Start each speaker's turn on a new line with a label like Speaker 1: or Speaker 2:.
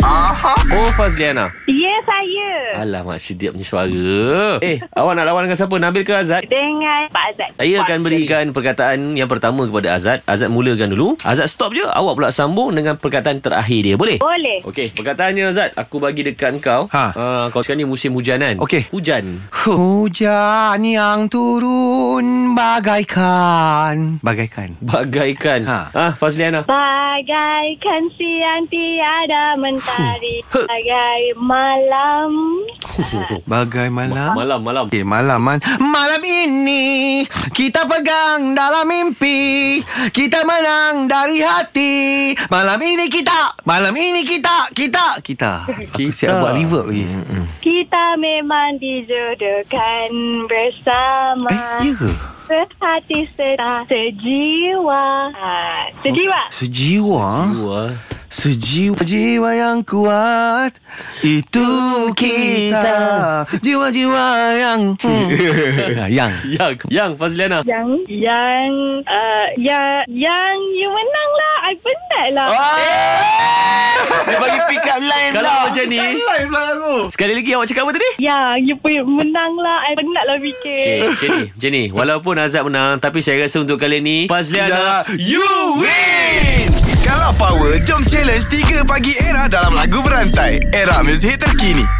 Speaker 1: Aha.
Speaker 2: Oh Fazliana
Speaker 3: Ya, saya.
Speaker 2: Alamak sedap punya suara Eh awak nak lawan dengan siapa Nabil ke Azad
Speaker 3: Dengan Pak Azad.
Speaker 2: saya akan berikan perkataan yang pertama kepada Azad. Azad mulakan dulu. Azad stop je. Awak pula sambung dengan perkataan terakhir dia. Boleh?
Speaker 3: Boleh.
Speaker 2: Okey, perkataannya Zat, aku bagi dekat kau.
Speaker 4: Ha.
Speaker 2: Uh, kau sekarang ni musim hujanan.
Speaker 4: Okey.
Speaker 2: Hujan.
Speaker 4: Hujan yang turun bagaikan Bagaikan
Speaker 2: Bagaikan.
Speaker 4: Ha.
Speaker 2: Ha. Ah, Fazliana.
Speaker 3: Bagaikan siang tiada mentari.
Speaker 2: Huh.
Speaker 3: Bagai malam.
Speaker 4: Bagai malam
Speaker 2: Malam, malam.
Speaker 4: Okay, malam man. Malam ini kita pegang dalam mimpi. Kita menang dari hati. Malam ini kita. Malam ini kita. Kita. Kita. Aku
Speaker 2: Kita.
Speaker 4: siap buat reverb lagi. Mm-mm.
Speaker 3: Kita memang dijodohkan bersama.
Speaker 4: Eh, ya ke?
Speaker 3: Sehati serta sejiwa. Ha, sejiwa.
Speaker 2: Oh.
Speaker 4: Sejiwa.
Speaker 2: Dua.
Speaker 4: Sejiwa Jiwa yang kuat Itu kita Jiwa-jiwa yang Yang
Speaker 2: Yang, yang Fazliana.
Speaker 3: Yang yang uh, yang yang you menang lah. I penat lah.
Speaker 2: Ah.
Speaker 4: Dia bagi pick up line
Speaker 2: Kalau macam ni,
Speaker 4: Line pula aku
Speaker 2: sekali lagi awak cakap apa tadi?
Speaker 3: Yang Ya, you pun menang lah. I penat lah fikir.
Speaker 2: Okay, macam ni, macam ni. Walaupun Azad menang, tapi saya rasa untuk kali ni, Fazliana.
Speaker 4: You win
Speaker 1: Kalau power, jom challenge 3 pagi era dalam lagu berantai. Era muzik terkini.